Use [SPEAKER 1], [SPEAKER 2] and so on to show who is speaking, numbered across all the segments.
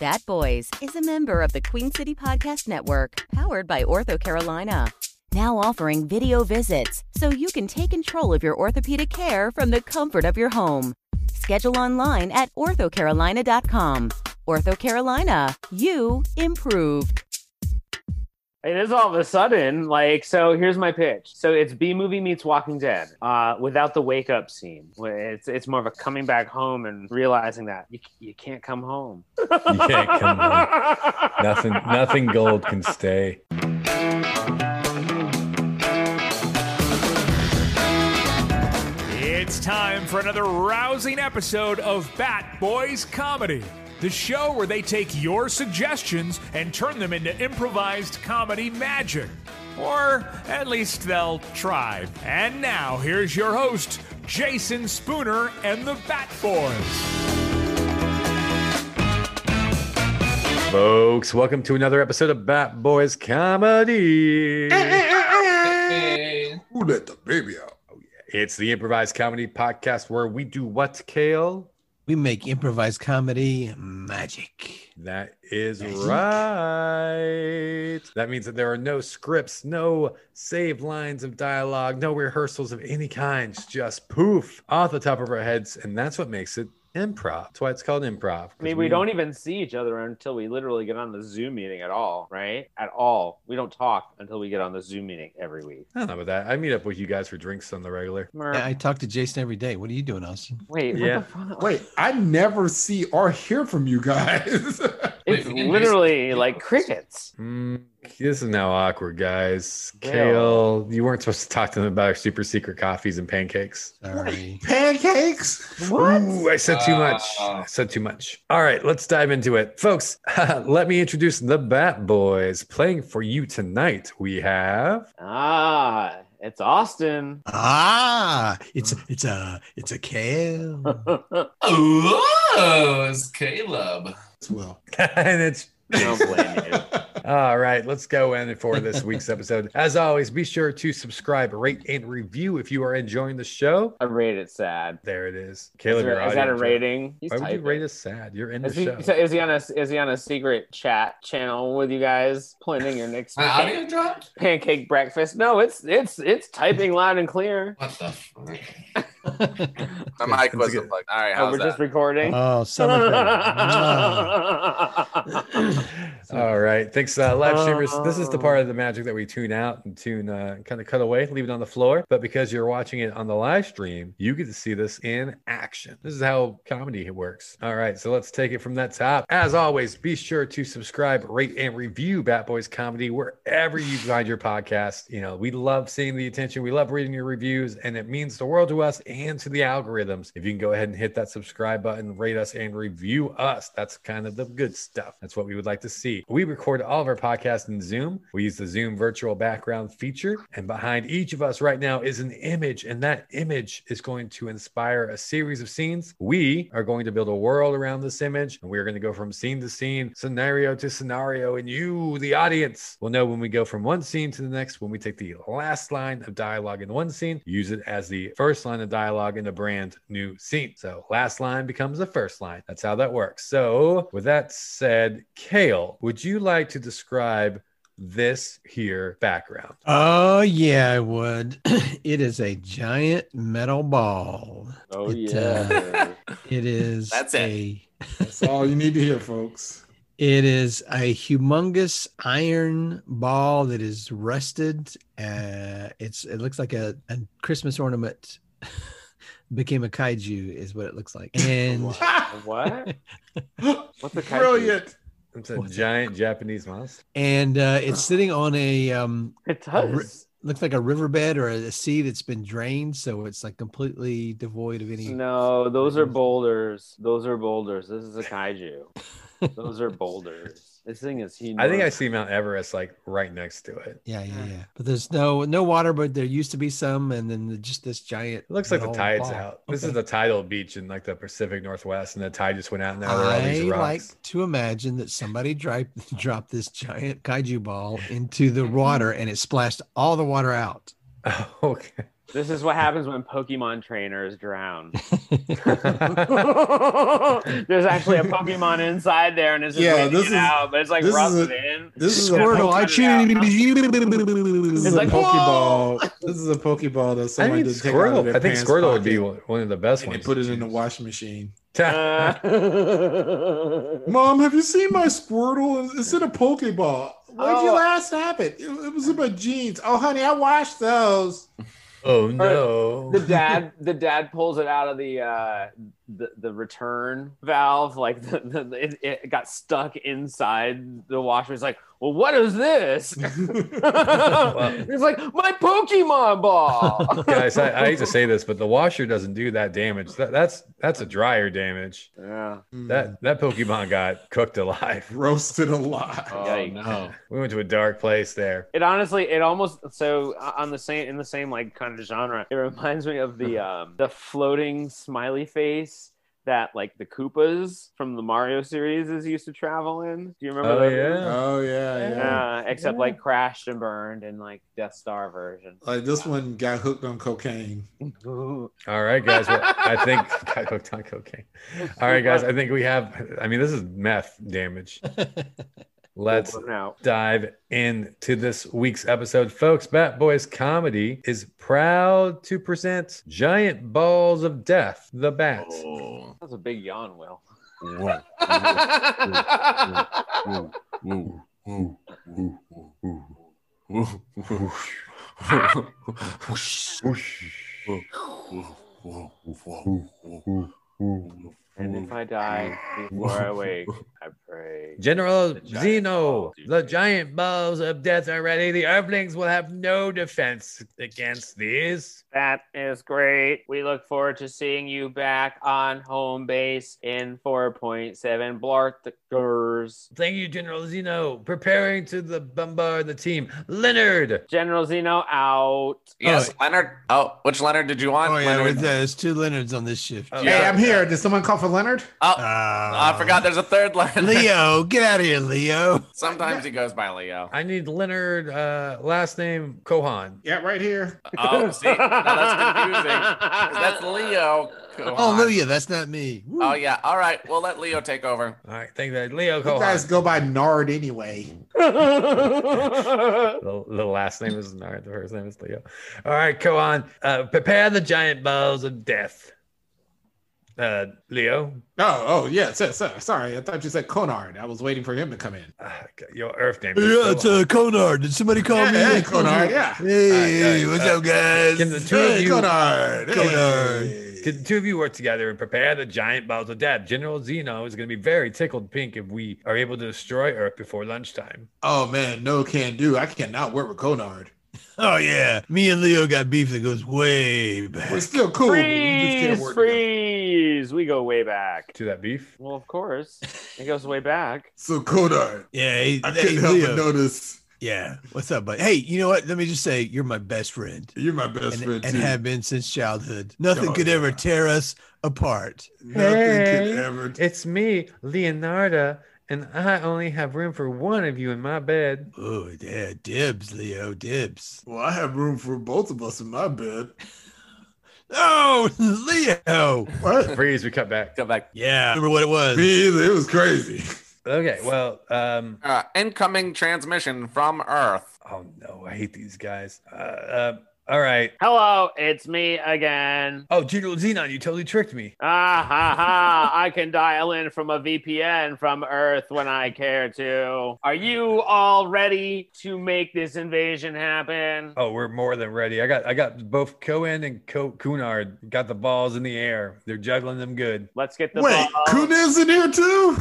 [SPEAKER 1] That Boys is a member of the Queen City Podcast Network, powered by Ortho Carolina. Now offering video visits so you can take control of your orthopedic care from the comfort of your home. Schedule online at orthocarolina.com. Ortho Carolina, you improved.
[SPEAKER 2] It is all of a sudden like so. Here's my pitch. So it's B movie meets Walking Dead, uh, without the wake up scene. It's it's more of a coming back home and realizing that you, you can't come home.
[SPEAKER 3] You can't come home. Nothing, nothing gold can stay.
[SPEAKER 4] It's time for another rousing episode of Bat Boys Comedy, the show where they take your suggestions and turn them into improvised comedy magic. Or at least they'll try. And now, here's your host, Jason Spooner and the Bat Boys.
[SPEAKER 3] Folks, welcome to another episode of Bat Boys Comedy.
[SPEAKER 5] Who let the baby out?
[SPEAKER 3] It's the improvised comedy podcast where we do what, Kale?
[SPEAKER 6] We make improvised comedy magic.
[SPEAKER 3] That is
[SPEAKER 6] Magic.
[SPEAKER 3] right. That means that there are no scripts, no saved lines of dialogue, no rehearsals of any kind, just poof off the top of our heads. And that's what makes it improv. That's why it's called improv. 'cause
[SPEAKER 2] I mean, we don't even see each other until we literally get on the Zoom meeting at all, right? At all. We don't talk until we get on the Zoom meeting every week.
[SPEAKER 3] I don't know about that. I meet up with you guys for drinks on the regular.
[SPEAKER 2] Mer-
[SPEAKER 6] Yeah, I talk to Jason every day. What are you doing, Austin?
[SPEAKER 2] Wait,
[SPEAKER 3] Yeah.
[SPEAKER 2] what the fuck?
[SPEAKER 5] Wait, I never see or hear from you guys.
[SPEAKER 2] It's
[SPEAKER 7] Wait, we didn't
[SPEAKER 2] literally
[SPEAKER 7] just-
[SPEAKER 2] like crickets.
[SPEAKER 3] Mm, this is now awkward, guys.
[SPEAKER 2] Well.
[SPEAKER 3] Kale, you weren't supposed to talk to them about our super secret coffees and pancakes.
[SPEAKER 6] Sorry.
[SPEAKER 5] Pancakes?
[SPEAKER 3] Ooh, I said too much.
[SPEAKER 7] Uh.
[SPEAKER 2] Ah.
[SPEAKER 3] I said too much. All right, let's dive into it. Folks, let me introduce the Bat Boys. Playing for you tonight, we have
[SPEAKER 2] Ah, it's Austin.
[SPEAKER 6] ah,
[SPEAKER 8] Uh.
[SPEAKER 6] it's it's a it's a kale.
[SPEAKER 2] Don't
[SPEAKER 7] Oh, it's Caleb. Uh,
[SPEAKER 5] Well,
[SPEAKER 3] and it's
[SPEAKER 2] blame you.
[SPEAKER 3] All right, let's go in for this week's episode. As always, be sure to subscribe, rate, and review if you are enjoying the show.
[SPEAKER 2] I rate it sad.
[SPEAKER 3] There it is.
[SPEAKER 2] Is,
[SPEAKER 3] Caleb,
[SPEAKER 2] there-
[SPEAKER 3] your
[SPEAKER 2] is that a
[SPEAKER 3] audience-
[SPEAKER 2] rating? He's
[SPEAKER 3] Why would you
[SPEAKER 2] typing.
[SPEAKER 3] rate us sad? You're in the
[SPEAKER 2] Is he,
[SPEAKER 3] show.
[SPEAKER 2] so is he on a is he on a secret chat channel with you guys planning your next
[SPEAKER 7] My
[SPEAKER 2] pan-
[SPEAKER 7] audio dropped?
[SPEAKER 2] pancake breakfast? No, it's it's it's typing loud and clear.
[SPEAKER 7] What the fuck?
[SPEAKER 8] My
[SPEAKER 3] That's
[SPEAKER 8] mic
[SPEAKER 3] good.
[SPEAKER 8] wasn't plugged. All right,
[SPEAKER 2] Oh,
[SPEAKER 8] how's
[SPEAKER 2] we're just
[SPEAKER 8] that?
[SPEAKER 2] recording.
[SPEAKER 6] oh, so much better.
[SPEAKER 3] All right. Thanks, uh, live streamers. This is the
[SPEAKER 2] Oh.
[SPEAKER 3] part of the magic that we tune out and tune, uh, kind of cut away, leave it on the floor. But because you're watching it on the live stream, you get to see this in action. This is how comedy works. All right. So let's take it from that top. As always, be sure to subscribe, rate, and review Bat Boys Comedy wherever you find your podcast. You know, we love seeing the attention, we love reading your reviews, and it means the world to us and to the algorithms. If you can go ahead and hit that subscribe button, rate us, and review us, that's kind of the good stuff. That's what we would like to see. We record all of our podcasts in Zoom. We use the Zoom virtual background feature, and behind each of us right now is an image, and that image is going to inspire a series of scenes. We are going to build a world around this image, and we are going to go from scene to scene, scenario to scenario, and you, the audience, will know when we go from one scene to the next, when we take the last line of dialogue in one scene, use it as the first line of dialogue in a brand new scene. So last line becomes the first line. That's how that works. So with that said, Kale, would you like to describe this here background?
[SPEAKER 6] Oh yeah, I would. it is a giant metal ball.
[SPEAKER 2] oh
[SPEAKER 6] It,
[SPEAKER 2] yeah.
[SPEAKER 6] It is
[SPEAKER 8] That's it.
[SPEAKER 6] a
[SPEAKER 5] That's all you need to hear, folks.
[SPEAKER 6] It is a humongous iron ball that is rusted. Uh, it's it looks like a, a Christmas ornament became a kaiju is what it looks like. And
[SPEAKER 2] what? What's a kaiju?
[SPEAKER 5] Brilliant.
[SPEAKER 3] It's a
[SPEAKER 6] What's that?
[SPEAKER 3] giant Japanese monster.
[SPEAKER 6] and uh, it's sitting on a um,
[SPEAKER 2] It does.
[SPEAKER 6] looks like a riverbed or a sea that's been drained, so it's like completely devoid of any.
[SPEAKER 2] No, those are boulders. Those are boulders. This is a kaiju. Those are boulders. This thing is huge.
[SPEAKER 3] I think I see Mount Everest like right next to it.
[SPEAKER 6] Yeah, yeah, yeah. But there's no no water, but there used to be some, and then just this giant.
[SPEAKER 3] It looks like the
[SPEAKER 6] metal
[SPEAKER 3] tide's
[SPEAKER 6] ball.
[SPEAKER 3] out. This
[SPEAKER 6] Okay.
[SPEAKER 3] is the tidal beach in like the Pacific Northwest, and the tide just went out. And now there are all
[SPEAKER 6] I
[SPEAKER 3] these
[SPEAKER 6] like
[SPEAKER 3] rocks.
[SPEAKER 6] to imagine that somebody dri- dropped this giant kaiju ball into the water and it splashed all the water out.
[SPEAKER 3] okay.
[SPEAKER 2] This is what happens when Pokemon trainers drown. There's actually a Pokemon inside there, and it's just
[SPEAKER 5] Yeah,
[SPEAKER 2] yeah,
[SPEAKER 5] this
[SPEAKER 2] this
[SPEAKER 5] is-
[SPEAKER 2] out, but it's like
[SPEAKER 5] this
[SPEAKER 2] rubbing
[SPEAKER 5] is
[SPEAKER 2] it in.
[SPEAKER 5] This is a
[SPEAKER 6] Squirtle,
[SPEAKER 5] Pokemon-
[SPEAKER 6] I
[SPEAKER 5] This
[SPEAKER 6] cheated.
[SPEAKER 5] is
[SPEAKER 2] It's like,
[SPEAKER 5] a
[SPEAKER 2] whoa!
[SPEAKER 5] Pokeball. This is a Pokeball that
[SPEAKER 3] I
[SPEAKER 5] someone
[SPEAKER 3] think
[SPEAKER 5] did take out of
[SPEAKER 3] Squirtle.
[SPEAKER 5] their
[SPEAKER 3] I think
[SPEAKER 5] pants
[SPEAKER 3] Squirtle would be
[SPEAKER 5] pocket
[SPEAKER 3] one one of the best
[SPEAKER 5] And they
[SPEAKER 3] ones. Oh,
[SPEAKER 5] put it in the washing machine.
[SPEAKER 2] Uh,
[SPEAKER 5] Mom, have you seen my Squirtle? It's in a Pokeball. Where'd you
[SPEAKER 2] Oh.
[SPEAKER 5] last have it? It, it was in my jeans. Oh, honey, I washed those.
[SPEAKER 3] oh no!
[SPEAKER 2] the dad, the dad pulls it out of the uh, the, the return valve, like the, the, it, it got stuck inside the washer. It's like, well, what is this? it's like my Pokemon ball.
[SPEAKER 3] Guys, I, I hate to say this, but the washer doesn't do that damage. That, that's that's a dryer damage.
[SPEAKER 2] yeah.
[SPEAKER 5] Hmm.
[SPEAKER 3] That that Pokemon got cooked alive.
[SPEAKER 5] Mm, roasted a lot.
[SPEAKER 7] Oh
[SPEAKER 2] Yikes.
[SPEAKER 7] no.
[SPEAKER 3] We went to a dark place there.
[SPEAKER 2] It honestly, it almost so uh, on the same in the same like kind of genre. It reminds me of the um the floating smiley face that like the Koopas from the Mario series is used to travel in. Do you remember?
[SPEAKER 3] Oh
[SPEAKER 2] those?
[SPEAKER 3] yeah.
[SPEAKER 5] Oh yeah, yeah.
[SPEAKER 2] Yeah, except like crashed and burned and like Death Star version.
[SPEAKER 5] Like this one got hooked on cocaine.
[SPEAKER 3] All right, guys. Well, I think got hooked on cocaine. All right, guys. I think we have. I mean, this is meth damage. Let's
[SPEAKER 2] now.
[SPEAKER 3] dive into this week's episode, folks. Bat Boys Comedy is proud to present Giant Balls of Death, the Bat.
[SPEAKER 7] Oh.
[SPEAKER 2] That's a big yawn, Will. and if I die before I wake, I pray.
[SPEAKER 3] General
[SPEAKER 2] The giant
[SPEAKER 3] Zeno,
[SPEAKER 2] balls, you
[SPEAKER 3] the
[SPEAKER 2] say.
[SPEAKER 3] giant balls of death are ready. The Earthlings will have no defense against these.
[SPEAKER 2] That is great. We look forward to seeing you back on home base in 4.7 Blarthakers.
[SPEAKER 3] Thank you, General Zeno. Preparing to the bombard the team. Leonard,
[SPEAKER 2] General Zeno out.
[SPEAKER 7] Yes,
[SPEAKER 6] Oh.
[SPEAKER 7] Leonard. Oh, which Leonard did you want?
[SPEAKER 6] Oh yeah,
[SPEAKER 7] Leonard.
[SPEAKER 6] there's- there's two Leonards on this shift.
[SPEAKER 3] Oh,
[SPEAKER 5] Hey, I'm here. Did someone call for Leonard?
[SPEAKER 7] Oh,
[SPEAKER 6] Ah.
[SPEAKER 7] I forgot there's a third Leonard.
[SPEAKER 6] Leo, get out of here, Leo.
[SPEAKER 7] Sometimes he goes by Leo.
[SPEAKER 3] I need Leonard, uh, last name Kohan.
[SPEAKER 5] Yeah, right here.
[SPEAKER 7] Oh, see, now that's confusing. 'Cause That's Leo. Go on.
[SPEAKER 6] Hallelujah, Oh, that's not me. Woo.
[SPEAKER 7] Oh yeah. All right. We'll let Leo take over.
[SPEAKER 3] All right, thank you, Leo
[SPEAKER 5] You guys
[SPEAKER 3] Kohan.
[SPEAKER 5] go by Nard anyway.
[SPEAKER 2] confusing.
[SPEAKER 3] The, the last name is Nard, the first name is Leo. All right, Kohan, uh, prepare the giant balls of death. Uh, Leo,
[SPEAKER 5] Oh, oh yeah. So, so, sorry, I thought you said Conard. I was waiting for him to come in.
[SPEAKER 3] uh, your Earth name. is
[SPEAKER 6] Yeah,
[SPEAKER 3] so
[SPEAKER 6] it's uh, Conard. Did somebody call
[SPEAKER 5] Yeah,
[SPEAKER 6] me?
[SPEAKER 5] hey, Conard. Yeah.
[SPEAKER 6] Hey,
[SPEAKER 3] Uh, uh,
[SPEAKER 6] what's
[SPEAKER 3] uh,
[SPEAKER 6] up, guys?
[SPEAKER 3] Can the two of
[SPEAKER 5] Hey,
[SPEAKER 3] you
[SPEAKER 5] Conard. Hey.
[SPEAKER 6] Conard.
[SPEAKER 3] can the two of you work together and prepare the giant balls of death? General Zeno is going to be very tickled pink if we are able to destroy Earth before lunchtime.
[SPEAKER 5] Oh man, no can do. I cannot work with Conard.
[SPEAKER 6] oh yeah, me and Leo got beef that goes way
[SPEAKER 5] We're
[SPEAKER 6] back.
[SPEAKER 5] still cool. but we just can't
[SPEAKER 2] freeze,
[SPEAKER 5] work together.
[SPEAKER 2] freeze. We go way back.
[SPEAKER 3] To that beef.
[SPEAKER 2] Well, of course. It goes way back.
[SPEAKER 5] So Conard,
[SPEAKER 6] Yeah, hey,
[SPEAKER 5] I
[SPEAKER 6] hey,
[SPEAKER 5] couldn't help
[SPEAKER 6] Leo.
[SPEAKER 5] but notice
[SPEAKER 6] Yeah, what's up, bud? Hey, you know what? Let me just say, you're my best friend,
[SPEAKER 5] you're my best
[SPEAKER 6] and,
[SPEAKER 5] friend
[SPEAKER 6] and
[SPEAKER 5] too.
[SPEAKER 6] have been since childhood. Nothing
[SPEAKER 5] Oh,
[SPEAKER 6] could ever
[SPEAKER 5] yeah.
[SPEAKER 6] tear us apart.
[SPEAKER 5] Nothing
[SPEAKER 3] Hey.
[SPEAKER 5] can ever.
[SPEAKER 3] It's me, Leonardo, and I only have room for one of you in my bed.
[SPEAKER 6] Oh yeah, dibs, Leo, dibs.
[SPEAKER 5] Well, I have room for both of us in my bed.
[SPEAKER 6] Oh, Leo.
[SPEAKER 5] What?
[SPEAKER 3] Freeze, we cut back.
[SPEAKER 7] Come back.
[SPEAKER 6] Yeah, remember what it was?
[SPEAKER 5] Me either. It was crazy.
[SPEAKER 3] Okay, well, um,
[SPEAKER 7] Uh, incoming transmission from Earth.
[SPEAKER 3] oh no, I hate these guys. Uh, uh, all right.
[SPEAKER 2] Hello, it's me again.
[SPEAKER 3] Oh, General Xenon, you totally tricked me.
[SPEAKER 2] Ah ha ha! I can dial in from a VPN from Earth when I care to. Are you all ready to make this invasion happen?
[SPEAKER 3] Oh, we're more than ready. I got I got both Cohen and Co- Cunard got the balls in the air. They're juggling them good.
[SPEAKER 2] Let's get the
[SPEAKER 5] Wait,
[SPEAKER 2] ball.
[SPEAKER 5] Kuna's in here too?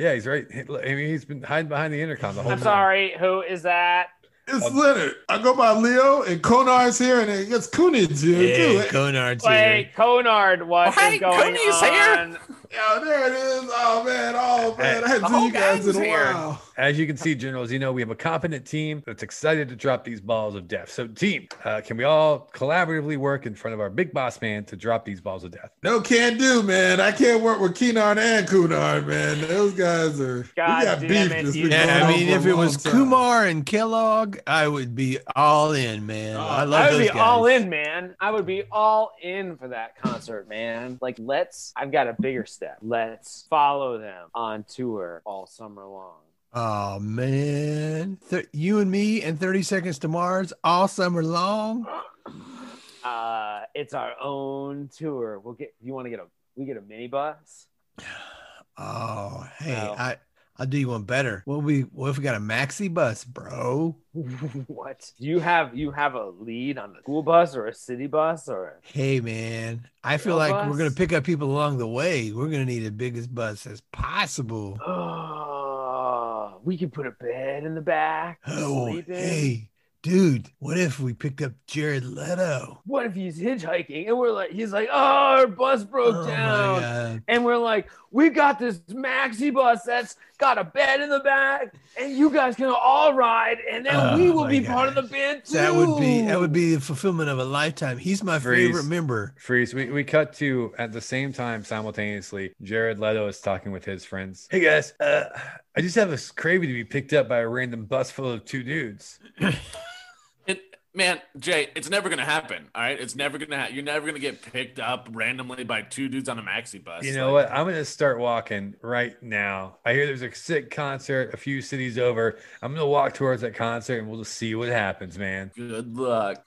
[SPEAKER 3] Yeah, he's right. He- I mean, he's been hiding behind the intercom the whole
[SPEAKER 2] I'm
[SPEAKER 3] time.
[SPEAKER 2] sorry. Who is that?
[SPEAKER 5] It's
[SPEAKER 3] Um,
[SPEAKER 5] Leonard. I go by Leo, and Conard's here, and I guess Kunan's here
[SPEAKER 6] Hey,
[SPEAKER 5] too.
[SPEAKER 6] Conard's here.
[SPEAKER 2] Wait, Conard. What is
[SPEAKER 7] Oh, Hey,
[SPEAKER 2] going
[SPEAKER 7] Cody's here.
[SPEAKER 2] on?
[SPEAKER 5] Yeah, there it is. Oh man. Oh Oh man, I haven't
[SPEAKER 7] The
[SPEAKER 5] seen
[SPEAKER 7] whole
[SPEAKER 5] you guys in
[SPEAKER 7] gang's
[SPEAKER 5] a
[SPEAKER 7] here.
[SPEAKER 5] while.
[SPEAKER 3] As you can see, generals, you know, we have a competent team that's excited to drop these balls of death. So, team, uh, can we all collaboratively work in front of our big boss man to drop these balls of death?
[SPEAKER 5] No, can't do, man. I can't work with Keenan and Kunar, man. Those guys are.
[SPEAKER 2] God damn it,
[SPEAKER 5] that's
[SPEAKER 2] you- Yeah,
[SPEAKER 5] been going
[SPEAKER 6] Yeah, I
[SPEAKER 5] on
[SPEAKER 6] mean,
[SPEAKER 5] for a
[SPEAKER 6] if it
[SPEAKER 5] long
[SPEAKER 6] was
[SPEAKER 5] time.
[SPEAKER 6] Kumar and Kellogg, I would be all in, man.
[SPEAKER 5] Oh,
[SPEAKER 6] I love
[SPEAKER 2] I would
[SPEAKER 6] those
[SPEAKER 2] be
[SPEAKER 6] guys.
[SPEAKER 2] all in, man. I would be all in for that concert, man. Like, let's. I've got a bigger step. Let's follow them on tour all summer long.
[SPEAKER 6] Oh man, Th- you and me and Thirty Seconds to Mars all summer long.
[SPEAKER 2] Uh, it's our own tour. We'll get. You want to get a? We get a minibus.
[SPEAKER 6] Oh hey,
[SPEAKER 2] Wow.
[SPEAKER 6] I I'll do you one better. What we what if we got a maxi bus, bro?
[SPEAKER 2] what? Do you have? You have a lead on a school bus or a city bus or?
[SPEAKER 6] Hey man, I feel
[SPEAKER 2] Rail
[SPEAKER 6] like
[SPEAKER 2] bus?
[SPEAKER 6] we're gonna pick up people along the way. We're gonna need the biggest bus as possible.
[SPEAKER 2] Oh, we could put a bed in the back.
[SPEAKER 6] Oh
[SPEAKER 2] sleep in.
[SPEAKER 6] hey, dude, what if we picked up Jared Leto?
[SPEAKER 2] What if he's hitchhiking and we're like, he's like, oh, our bus broke
[SPEAKER 6] Oh, my
[SPEAKER 2] down.
[SPEAKER 6] God.
[SPEAKER 2] and we're like, we got this maxi bus that's got a bed in the back, and you guys can all ride, and then
[SPEAKER 6] Oh
[SPEAKER 2] we will
[SPEAKER 6] my
[SPEAKER 2] be part of the
[SPEAKER 6] gosh.
[SPEAKER 2] band too.
[SPEAKER 6] That would be that would be the fulfillment of a lifetime. He's my
[SPEAKER 3] Freeze.
[SPEAKER 6] favorite member.
[SPEAKER 3] Freeze. We, we cut to at the same time simultaneously. Jared Leto is talking with his friends. Hey guys, uh, I just have this craving to be picked up by a random bus full of two dudes.
[SPEAKER 7] It, man, Jay, it's never gonna happen. All right, it's never gonna happen. You're never gonna get picked up randomly by two dudes on a maxi bus.
[SPEAKER 3] You know
[SPEAKER 7] Like,
[SPEAKER 3] what? I'm gonna start walking right now. I hear there's a sick concert a few cities over. I'm gonna walk towards that concert and we'll just see what happens, man.
[SPEAKER 7] Good luck.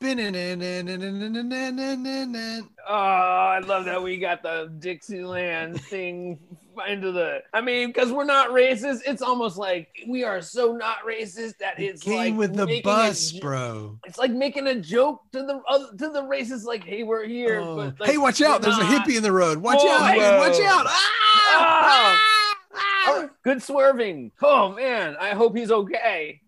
[SPEAKER 2] Oh, I love that we got the Dixieland thing into the. I mean, because we're not racist. It's almost like we are so not racist that
[SPEAKER 6] It
[SPEAKER 2] it's
[SPEAKER 6] came
[SPEAKER 2] like
[SPEAKER 6] with the
[SPEAKER 2] making a
[SPEAKER 6] bus,
[SPEAKER 2] j-
[SPEAKER 6] bro.
[SPEAKER 2] It's like making a joke to the other, to the racists, like, "Hey, we're here."
[SPEAKER 6] Oh.
[SPEAKER 2] But like,
[SPEAKER 6] hey, watch
[SPEAKER 2] we're
[SPEAKER 6] out! There's a
[SPEAKER 2] not.
[SPEAKER 6] hippie in the road. Watch
[SPEAKER 2] Whoa.
[SPEAKER 6] out! man, watch
[SPEAKER 2] Whoa.
[SPEAKER 6] out! Ah! Ah!
[SPEAKER 2] Oh, good swerving. Oh man, I hope he's okay.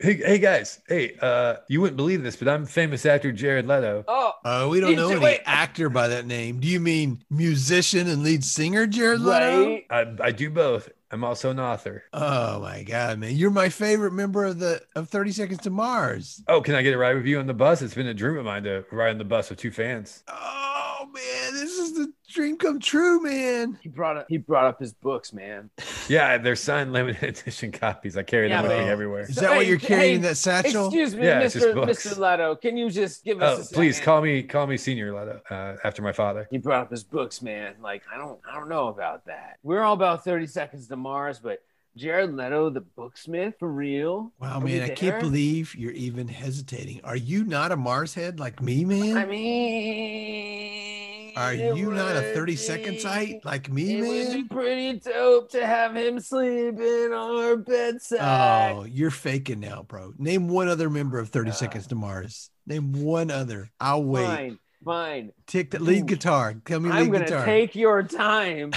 [SPEAKER 3] Hey, hey guys, hey, uh, you wouldn't believe this, but I'm famous actor Jared Leto.
[SPEAKER 2] Oh,
[SPEAKER 6] Oh, we don't
[SPEAKER 2] You
[SPEAKER 6] know
[SPEAKER 2] two-
[SPEAKER 6] any
[SPEAKER 2] wait.
[SPEAKER 6] actor by that name. Do you mean musician and lead singer Jared Leto?
[SPEAKER 2] right.
[SPEAKER 3] I, I do both. I'm also an author.
[SPEAKER 6] Oh my god, man! You're my favorite member of the of Thirty Seconds to Mars.
[SPEAKER 3] Oh, can I get a ride with you on the bus? It's been a dream of mine to ride on the bus with two fans.
[SPEAKER 6] Oh man, this is the dream come true, man.
[SPEAKER 2] He brought up he brought up his books, man.
[SPEAKER 3] Yeah, they're signed limited edition copies. I carry
[SPEAKER 2] Yeah,
[SPEAKER 3] them with me
[SPEAKER 6] but-
[SPEAKER 3] everywhere.
[SPEAKER 6] Is
[SPEAKER 2] So,
[SPEAKER 6] that what
[SPEAKER 2] hey,
[SPEAKER 6] you're carrying
[SPEAKER 2] hey,
[SPEAKER 6] in that satchel?
[SPEAKER 2] Excuse me,
[SPEAKER 3] Yeah, it's just
[SPEAKER 2] Mr.
[SPEAKER 3] books.
[SPEAKER 2] Mr. Leto, can you just give us
[SPEAKER 3] Oh,
[SPEAKER 2] a
[SPEAKER 3] please
[SPEAKER 2] second?
[SPEAKER 3] call me call me Senior Leto uh, after my father.
[SPEAKER 2] He brought up his books, man. Like I don't I don't know about that. We're all about 30 seconds to Mars, but Jared Leto, the booksmith, for real?
[SPEAKER 6] Wow,
[SPEAKER 2] Are we
[SPEAKER 6] man, I
[SPEAKER 2] there?
[SPEAKER 6] can't believe you're even hesitating. Are you not a Mars head like me, man?
[SPEAKER 2] I mean
[SPEAKER 6] Are
[SPEAKER 2] it
[SPEAKER 6] you not a
[SPEAKER 2] would
[SPEAKER 6] 30 second
[SPEAKER 2] be-
[SPEAKER 6] sight like me,
[SPEAKER 2] It would be
[SPEAKER 6] man?
[SPEAKER 2] pretty dope to have him sleep in our bedside.
[SPEAKER 6] Oh, you're faking now, bro. Name one other member of 30
[SPEAKER 2] God.
[SPEAKER 6] Seconds to Mars. Name one other. I'll wait.
[SPEAKER 2] Fine, fine.
[SPEAKER 6] Take the lead
[SPEAKER 2] Ooh.
[SPEAKER 6] guitar. Tell me
[SPEAKER 2] I'm
[SPEAKER 6] lead
[SPEAKER 2] gonna
[SPEAKER 6] guitar.
[SPEAKER 2] take your time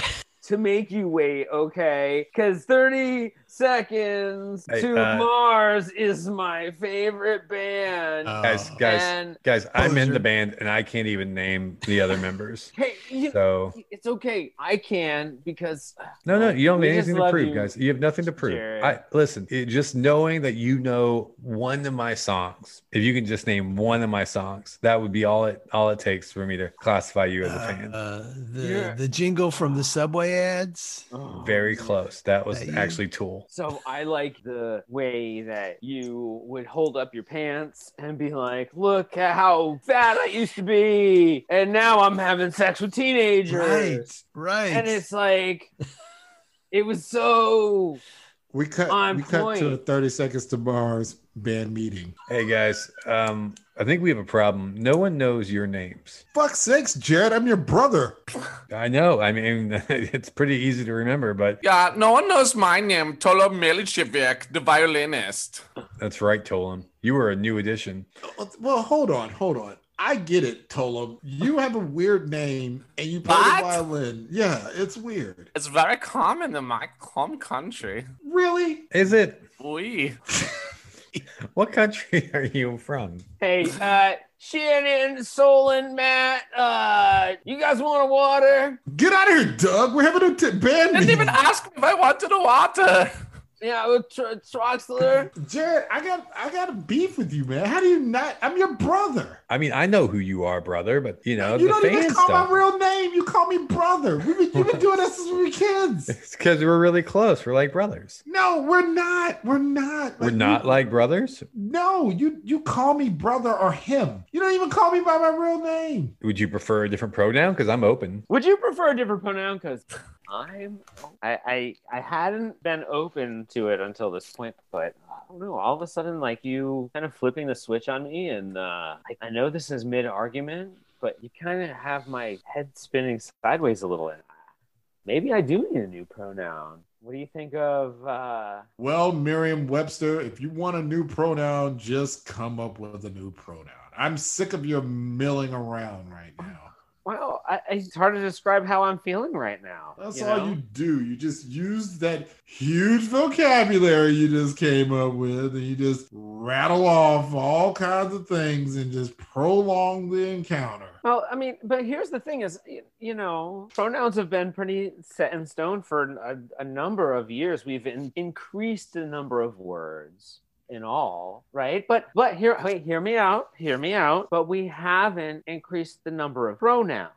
[SPEAKER 2] to make you wait, okay? Because 30 seconds
[SPEAKER 3] Hey,
[SPEAKER 2] to
[SPEAKER 3] uh,
[SPEAKER 2] Mars is my favorite band.
[SPEAKER 6] Oh.
[SPEAKER 3] Guys, guys,
[SPEAKER 2] and
[SPEAKER 3] guys, I'm in
[SPEAKER 6] Poser.
[SPEAKER 3] the band and I can't even name the other members.
[SPEAKER 2] hey, you,
[SPEAKER 3] So
[SPEAKER 2] it's okay. I can because
[SPEAKER 3] no, no, you don't
[SPEAKER 2] We
[SPEAKER 3] have
[SPEAKER 2] just
[SPEAKER 3] anything to
[SPEAKER 2] love
[SPEAKER 3] prove,
[SPEAKER 2] you,
[SPEAKER 3] guys. You have nothing to prove.
[SPEAKER 2] Jared.
[SPEAKER 3] I listen, it, just knowing that you know one of my songs, if you can just name one of my songs, that would be all it all it takes for me to classify you as a fan.
[SPEAKER 6] Uh, the,
[SPEAKER 2] You're-
[SPEAKER 6] the jingle from the subway ads.
[SPEAKER 3] Very close. That was
[SPEAKER 6] Uh, Hey.
[SPEAKER 3] actually Tool.
[SPEAKER 2] So I like the way that you would hold up your pants and be like, "Look at how fat I used to be, and now I'm having sex with teenagers."
[SPEAKER 6] Right, right.
[SPEAKER 2] and it's like it was so
[SPEAKER 5] We cut.
[SPEAKER 2] On
[SPEAKER 5] we cut to
[SPEAKER 2] point.
[SPEAKER 5] a thirty seconds to Mars band meeting.
[SPEAKER 3] Hey guys, um, I think we have a problem. No one knows your names.
[SPEAKER 5] Fuck sakes, Jared, I'm your brother.
[SPEAKER 3] I know. I mean, it's pretty easy to remember, but
[SPEAKER 7] Yeah, no one knows my name. Tolo Milicevic, the violinist.
[SPEAKER 3] that's right, Tolan. You were a new addition.
[SPEAKER 5] Well, hold on, hold on. I get it, Tolo. You have a weird name and you play the
[SPEAKER 7] What?
[SPEAKER 5] violin. Yeah, it's weird.
[SPEAKER 7] It's very common in my home country.
[SPEAKER 5] Really?
[SPEAKER 3] Is it
[SPEAKER 7] We.
[SPEAKER 3] What country are you from?
[SPEAKER 2] hey uh Shannon, Solon, Matt, uh, you guys want a water?
[SPEAKER 5] Get out of here, Doug. We're having a t- band
[SPEAKER 7] Didn't
[SPEAKER 5] meeting.
[SPEAKER 7] even ask me if I wanted a water.
[SPEAKER 2] Yeah, with Tr- Troxler.
[SPEAKER 5] Jared, I got I got a beef with you, man. How do you not? I'm your brother.
[SPEAKER 3] I mean, I know who you are, brother, but you know,
[SPEAKER 5] you
[SPEAKER 3] the
[SPEAKER 5] don't even
[SPEAKER 3] fans
[SPEAKER 5] call
[SPEAKER 3] don't.
[SPEAKER 5] my real name. You call me brother. We've been, you've been doing this since we were kids.
[SPEAKER 3] It's because we're really close. We're like brothers.
[SPEAKER 5] No, we're not. We're not.
[SPEAKER 3] We're
[SPEAKER 5] Like,
[SPEAKER 3] not
[SPEAKER 5] you-
[SPEAKER 3] like brothers.
[SPEAKER 5] No, you you call me brother or him. You don't even call me by my real name.
[SPEAKER 3] Would you prefer a different pronoun? Because I'm open.
[SPEAKER 2] Would you prefer a different pronoun? Because I'm, I, I, I hadn't been open to it until this point, but I don't know. All of a sudden, like you kind of flipping the switch on me, and uh, I, I know this is mid argument, but you kind of have my head spinning sideways a little. And maybe I do need a new pronoun. What do you think of? Uh,
[SPEAKER 5] Well, Merriam-Webster, if you want a new pronoun, just come up with a new pronoun. I'm sick of your milling around right now.
[SPEAKER 2] well, I, it's hard to describe how I'm feeling right now.
[SPEAKER 5] That's
[SPEAKER 2] you
[SPEAKER 5] all
[SPEAKER 2] know?
[SPEAKER 5] you do. You just use that huge vocabulary you just came up with, and you just rattle off all kinds of things and just prolong the encounter.
[SPEAKER 2] Well, I mean, but here's the thing: is y- you know, pronouns have been pretty set in stone for a, a number of years. We've in, increased the number of words in all, right? But but here, wait, hear me out, hear me out. But we haven't increased the number of pronouns,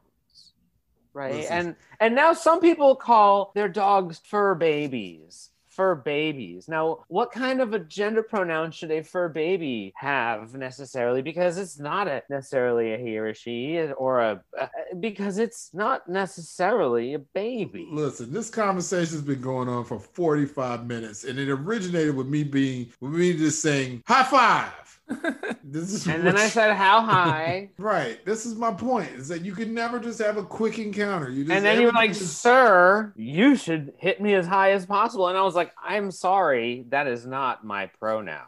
[SPEAKER 2] right?
[SPEAKER 5] Listen.
[SPEAKER 2] And and now some people call their dogs fur babies. Fur babies. Now, what kind of a gender pronoun should a fur baby have necessarily? Because it's not a, necessarily a he or a she, or a uh, because it's not necessarily a baby.
[SPEAKER 5] Listen, this conversation's been going on for 45 minutes, and it originated with me being with me just saying high five. this is
[SPEAKER 2] And then
[SPEAKER 5] what
[SPEAKER 2] I
[SPEAKER 5] you-
[SPEAKER 2] said, "How high?"
[SPEAKER 5] Right. This is my point. Is that you can never just have a quick encounter. You just
[SPEAKER 2] And then you were
[SPEAKER 5] everything
[SPEAKER 2] like,
[SPEAKER 5] is-
[SPEAKER 2] "Sir, you should hit me as high as possible." And I was like, "I'm sorry, that is not my pronoun."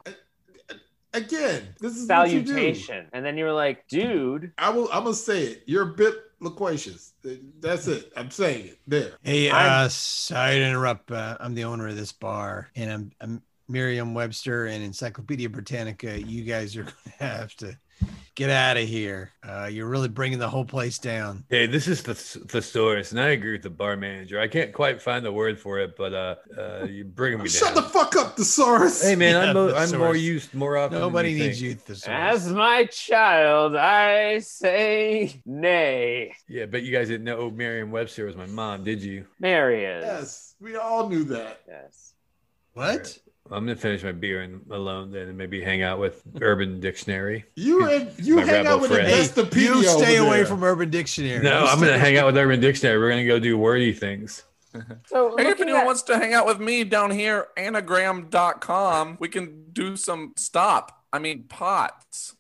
[SPEAKER 5] again. This is what you do.
[SPEAKER 2] Salutation. And then you were like, "Dude,
[SPEAKER 5] I will. I'm gonna say it. You're a bit loquacious. That's it. I'm saying it. There.
[SPEAKER 6] Hey,
[SPEAKER 5] I'm-
[SPEAKER 6] uh, sorry to interrupt. Uh, I'm the owner of this bar, and I'm, I'm Merriam-Webster and Encyclopedia Britannica. You guys are going to have to get out of here. Uh, you're really bringing the whole place down.
[SPEAKER 3] Hey, this is the thesaurus, and I agree with the bar manager. I can't quite find the word for it, but uh, uh you bring me
[SPEAKER 5] Shut the
[SPEAKER 3] down.
[SPEAKER 5] fuck up, thesaurus.
[SPEAKER 3] Hey man, I'm,
[SPEAKER 6] Yeah,
[SPEAKER 3] mo- I'm more
[SPEAKER 6] thesaurus.
[SPEAKER 3] used more often. than
[SPEAKER 6] Nobody
[SPEAKER 3] you
[SPEAKER 6] needs
[SPEAKER 3] think.
[SPEAKER 6] you. This
[SPEAKER 2] as my child, I say nay."
[SPEAKER 3] Yeah, but you guys didn't know Merriam-Webster was my mom, did you?
[SPEAKER 2] Mary is.
[SPEAKER 5] Yes, we all knew that.
[SPEAKER 2] Yes.
[SPEAKER 6] what?
[SPEAKER 3] I'm gonna finish my beer and alone then, and maybe hang out with Urban Dictionary.
[SPEAKER 5] You and you
[SPEAKER 3] My
[SPEAKER 5] hang
[SPEAKER 3] rebel
[SPEAKER 5] out with
[SPEAKER 3] friend.
[SPEAKER 6] Hey,
[SPEAKER 5] Investopedia.
[SPEAKER 6] you
[SPEAKER 5] over
[SPEAKER 6] stay away
[SPEAKER 5] there.
[SPEAKER 6] from Urban Dictionary.
[SPEAKER 3] No,
[SPEAKER 6] You
[SPEAKER 3] I'm
[SPEAKER 6] stay-
[SPEAKER 3] gonna hang out with Urban Dictionary. We're gonna go do wordy things.
[SPEAKER 2] So
[SPEAKER 7] Hey, if
[SPEAKER 2] looking
[SPEAKER 7] anyone
[SPEAKER 2] at-
[SPEAKER 7] wants to hang out with me down here, anagram.com, we can do some stop. I mean, pots.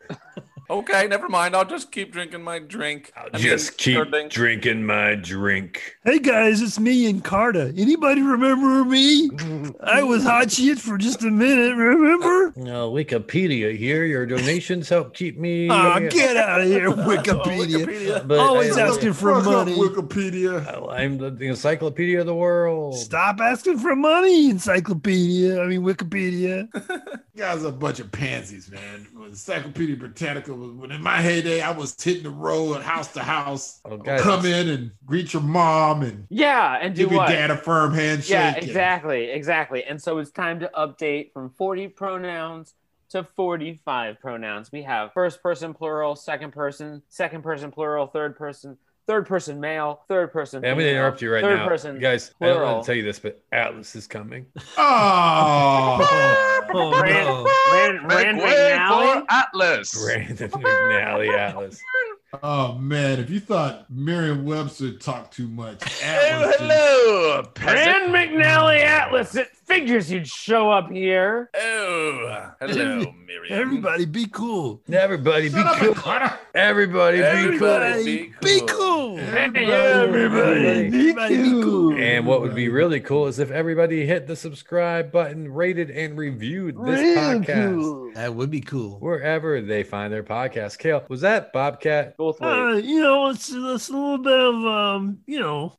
[SPEAKER 7] okay, never mind. I'll just keep drinking my drink. I mean,
[SPEAKER 3] Just keep
[SPEAKER 7] sure thing.
[SPEAKER 3] drinking my drink.
[SPEAKER 9] Hey guys, it's me and Carta. Anybody remember me? I was hot shit for just a minute, remember?
[SPEAKER 3] No, Wikipedia here. Your donations help keep me.
[SPEAKER 9] Aw, Oh, get out of here, Wikipedia.
[SPEAKER 3] But
[SPEAKER 9] Always
[SPEAKER 3] I-
[SPEAKER 9] asking for
[SPEAKER 5] Fuck up,
[SPEAKER 9] money.
[SPEAKER 5] Wikipedia.
[SPEAKER 3] I'm the, the encyclopedia of the world.
[SPEAKER 9] Stop asking for money, encyclopedia. I mean, Wikipedia.
[SPEAKER 5] You guys are a bunch of pansies, man. Encyclopedia Britannica was when in my heyday, I was hitting the road house to house.
[SPEAKER 3] Oh, guys.
[SPEAKER 5] Come in and greet your mom and
[SPEAKER 2] Yeah, and do
[SPEAKER 5] give your
[SPEAKER 2] what?
[SPEAKER 5] dad a firm handshake.
[SPEAKER 2] Yeah,
[SPEAKER 5] and-
[SPEAKER 2] exactly, exactly. And so it's time to update from 40 pronouns to 45 pronouns. We have first person plural, second person, second person plural, third person, third person male, third person.
[SPEAKER 3] Hey, I'm gonna
[SPEAKER 2] female,
[SPEAKER 3] interrupt you right
[SPEAKER 2] third
[SPEAKER 3] now,
[SPEAKER 2] person.
[SPEAKER 3] guys. I don't want
[SPEAKER 2] plural.
[SPEAKER 3] to tell you this, but Atlas is coming.
[SPEAKER 5] Oh,
[SPEAKER 3] Oh
[SPEAKER 2] Ran-
[SPEAKER 3] no,
[SPEAKER 2] Ran- Rand McNally?
[SPEAKER 8] Atlas.
[SPEAKER 3] Brandon McNally Atlas.
[SPEAKER 5] oh man, if you thought Merriam Webster talked too much,
[SPEAKER 8] Oh,
[SPEAKER 5] Atlas did.
[SPEAKER 8] hello, peasant.
[SPEAKER 2] Rand McNally Atlas. It figures you'd show up here.
[SPEAKER 8] Oh, hello, Miriam.
[SPEAKER 9] Everybody, be cool.
[SPEAKER 3] Everybody
[SPEAKER 5] Shut up,
[SPEAKER 3] be cool.
[SPEAKER 5] Carter.
[SPEAKER 3] Everybody be cool.
[SPEAKER 9] Everybody, be cool.
[SPEAKER 3] Everybody.
[SPEAKER 9] Everybody, be cool.
[SPEAKER 3] And what would be really cool is if everybody hit the subscribe button, rated and reviewed this podcast
[SPEAKER 6] That would be cool.
[SPEAKER 3] wherever they find their podcast. Kale, was that Bobcat?
[SPEAKER 2] Both ways.
[SPEAKER 9] Uh, you know, it's, it's a little bit of um, you know,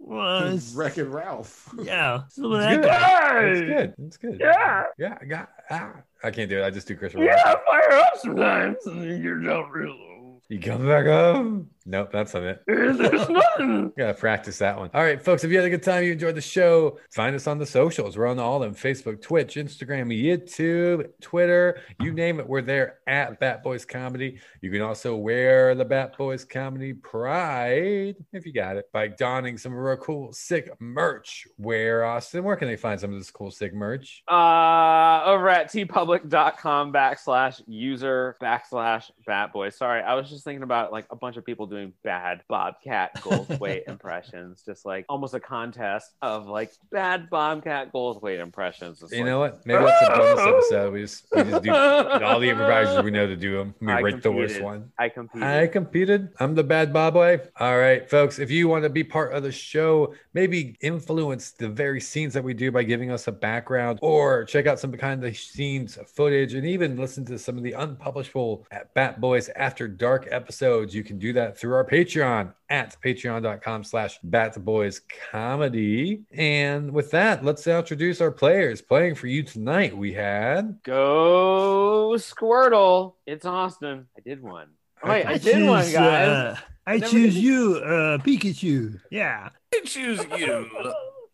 [SPEAKER 9] uh, it's-
[SPEAKER 5] Wreck It Ralph.
[SPEAKER 9] yeah, it's a little bit
[SPEAKER 3] It's
[SPEAKER 9] of
[SPEAKER 3] good.
[SPEAKER 9] that.
[SPEAKER 2] Ah,
[SPEAKER 3] It's good. It's good.
[SPEAKER 2] Yeah.
[SPEAKER 3] Yeah. I got. Ah. I can't do it. I just do Christopher.
[SPEAKER 2] Yeah, I
[SPEAKER 3] Walken.
[SPEAKER 2] fire up sometimes, and you don't really.
[SPEAKER 3] You come back up? Nope, that's not it.
[SPEAKER 9] There's nothing.
[SPEAKER 3] Gotta practice that one. All right, folks, if you had a good time, you enjoyed the show, find us on the socials. We're on all of them Facebook, Twitch, Instagram, YouTube, Twitter, you name it. We're there at Bat Boys Comedy. You can also wear the Bat Boys Comedy Pride, if you got it, by donning some of our cool, sick merch. Where, Austin, where can they find some of this cool, sick merch?
[SPEAKER 2] Uh, over at tpublic.com backslash user backslash batboy. Sorry, I was just thinking about like a bunch of people doing bad Bobcat Goldthwait impressions, just like almost a contest of like bad Bobcat Goldthwait impressions. It's
[SPEAKER 3] You
[SPEAKER 2] like,
[SPEAKER 3] know what? Maybe that's a bonus
[SPEAKER 2] Oh!
[SPEAKER 3] episode. We just, we just do all the improvisers we know to do them. We
[SPEAKER 2] I
[SPEAKER 3] rate the worst
[SPEAKER 2] competed.
[SPEAKER 3] one.
[SPEAKER 2] I competed.
[SPEAKER 3] I competed. I'm the bad bobway. All right, folks. If you want to be part of the show, maybe influence the very scenes that we do by giving us a background, or check out some behind the scenes footage, and even listen to some of the unpublishable at Bat Boys After Dark episodes. You can do that through our Patreon at patreon.com slash bat boys comedy and with that let's introduce our players playing for you tonight we had
[SPEAKER 2] Go Squirtle. It's Austin. I did one. Oh, wait, I did one,
[SPEAKER 9] choose,
[SPEAKER 2] guys.
[SPEAKER 9] uh, I
[SPEAKER 2] Never
[SPEAKER 9] choose
[SPEAKER 2] did-
[SPEAKER 9] you, uh, Pikachu. Yeah.
[SPEAKER 7] I choose you,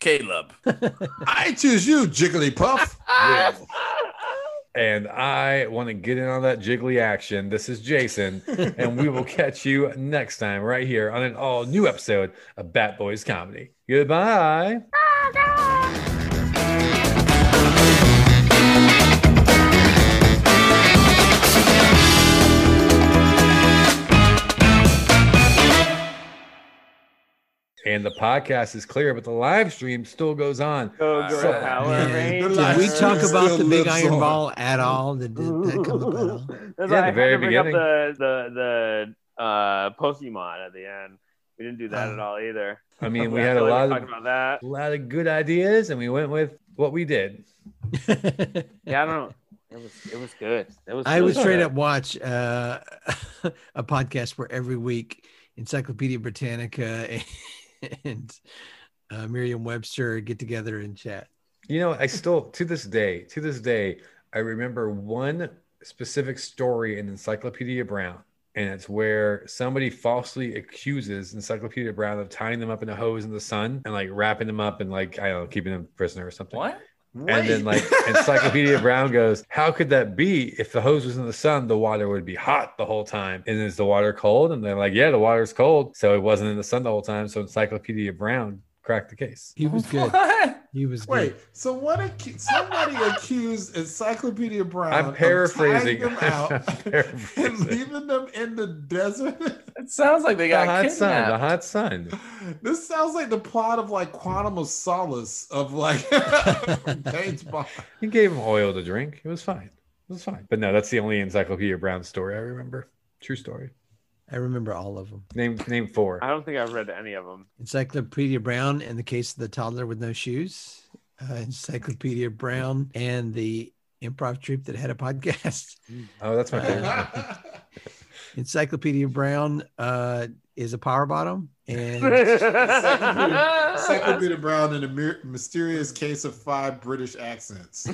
[SPEAKER 7] Caleb.
[SPEAKER 5] I choose you, Jigglypuff.
[SPEAKER 3] Will. And I want to get in on that jiggly action. This is Jason, and we will catch you next time right here on an all new episode of Bat Boys Comedy. Goodbye. And the podcast is clear, but the live stream still goes on.
[SPEAKER 2] Go Girl
[SPEAKER 7] Uh,
[SPEAKER 2] Power
[SPEAKER 6] Man,
[SPEAKER 5] Did
[SPEAKER 6] did
[SPEAKER 5] life
[SPEAKER 6] we
[SPEAKER 5] stream
[SPEAKER 6] talk
[SPEAKER 5] still
[SPEAKER 6] about the big
[SPEAKER 5] lives
[SPEAKER 6] iron
[SPEAKER 5] on.
[SPEAKER 6] ball at all? Did, did that come up at all?
[SPEAKER 2] That's
[SPEAKER 3] Yeah,
[SPEAKER 2] why
[SPEAKER 3] the
[SPEAKER 2] I had
[SPEAKER 3] very
[SPEAKER 2] to bring up
[SPEAKER 3] beginning.
[SPEAKER 2] the the the uh, Pokemon at the end. We didn't do that
[SPEAKER 6] Oh.
[SPEAKER 2] at all either.
[SPEAKER 3] I mean, we
[SPEAKER 2] I
[SPEAKER 3] had a
[SPEAKER 2] feel like
[SPEAKER 3] lot
[SPEAKER 2] talked
[SPEAKER 3] of
[SPEAKER 2] about that.
[SPEAKER 3] a lot of good ideas, and we went with what we did.
[SPEAKER 2] Yeah, I don't. It was it was good. It was.
[SPEAKER 6] I
[SPEAKER 2] really
[SPEAKER 6] would straight
[SPEAKER 2] good.
[SPEAKER 6] up watch uh, a podcast where every week Encyclopedia Britannica and uh, Merriam-Webster get together and chat.
[SPEAKER 3] You know, I still to this day, to this day, I remember one specific story in Encyclopedia Brown, and it's where somebody falsely accuses Encyclopedia Brown of tying them up in a hose in the sun and like wrapping them up and like I don't know, keeping them prisoner or something.
[SPEAKER 7] What?
[SPEAKER 3] And then like Encyclopedia Brown goes, "How could that be? If the hose was in the sun, the water would be hot the whole time. And is the water cold?" And they're like, "Yeah, the water's cold, so it wasn't in the sun the whole time." So Encyclopedia Brown cracked the case.
[SPEAKER 6] He was good.
[SPEAKER 7] What?
[SPEAKER 6] He was
[SPEAKER 5] Wait,
[SPEAKER 6] good.
[SPEAKER 5] so what? Acu- somebody accused Encyclopedia Brown.
[SPEAKER 3] I'm
[SPEAKER 5] of
[SPEAKER 3] paraphrasing.
[SPEAKER 5] tying them out
[SPEAKER 3] I'm
[SPEAKER 5] and
[SPEAKER 3] paraphrasing.
[SPEAKER 5] leaving them in the desert.
[SPEAKER 7] It sounds like they
[SPEAKER 3] The
[SPEAKER 7] got
[SPEAKER 3] hot sun. The
[SPEAKER 7] kidnapped.
[SPEAKER 3] hot sun.
[SPEAKER 5] This sounds like the plot of like Quantum of Solace of like James Bond.
[SPEAKER 3] He gave him oil to drink. It was fine. It was fine. But no, that's the only Encyclopedia Brown story I remember. True story.
[SPEAKER 6] I remember all of them.
[SPEAKER 3] Name name four.
[SPEAKER 2] I don't think I've read any of them.
[SPEAKER 6] Encyclopedia Brown and the case of the toddler with no shoes. Uh, Encyclopedia Brown and the improv troupe that had a podcast.
[SPEAKER 3] Oh, that's my favorite. one.
[SPEAKER 6] Encyclopedia Brown uh, is a power bottom, and
[SPEAKER 2] Encyclopedia
[SPEAKER 5] Encyclopedia Brown in a Myr- mysterious case of five British accents.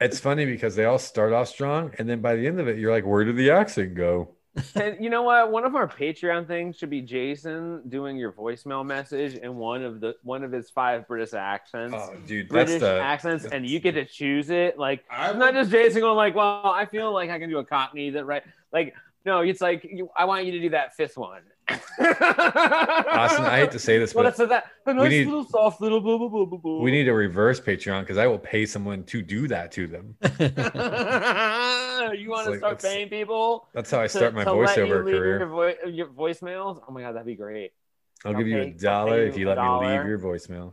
[SPEAKER 3] It's funny because they all start off strong, and then by the end of it, you're like, where did the accent go?
[SPEAKER 2] and you know what? One of our Patreon things should be Jason doing your voicemail message in one of the one of his five British accents.
[SPEAKER 3] Oh, dude, that's
[SPEAKER 2] British
[SPEAKER 3] the.
[SPEAKER 2] accents, and you get to choose it. Like
[SPEAKER 5] I
[SPEAKER 2] I'm not just Jason going like, well, I feel like I can do a cockney that right. Like no, it's like you, I want you to do that fifth one.
[SPEAKER 3] Austin, I hate to say this,
[SPEAKER 2] Well,
[SPEAKER 3] but
[SPEAKER 2] that's that. The
[SPEAKER 3] we
[SPEAKER 2] nice
[SPEAKER 3] need-
[SPEAKER 2] little soft little blah blah blah blah blah.
[SPEAKER 3] we need a reverse Patreon because I will pay someone to do that to them.
[SPEAKER 2] you want to
[SPEAKER 3] like,
[SPEAKER 2] start
[SPEAKER 3] that's-
[SPEAKER 2] paying people?
[SPEAKER 3] That's how I
[SPEAKER 2] to-
[SPEAKER 3] start my
[SPEAKER 2] to let you
[SPEAKER 3] voiceover
[SPEAKER 2] leave
[SPEAKER 3] career.
[SPEAKER 2] Your, voi- your voicemails. Oh my god, that'd be great.
[SPEAKER 3] I'll give you a
[SPEAKER 2] Okay, I'll
[SPEAKER 3] dollar
[SPEAKER 2] pay
[SPEAKER 3] if
[SPEAKER 2] you
[SPEAKER 3] you
[SPEAKER 2] a
[SPEAKER 3] let me leave
[SPEAKER 2] dollar.
[SPEAKER 3] your voicemail.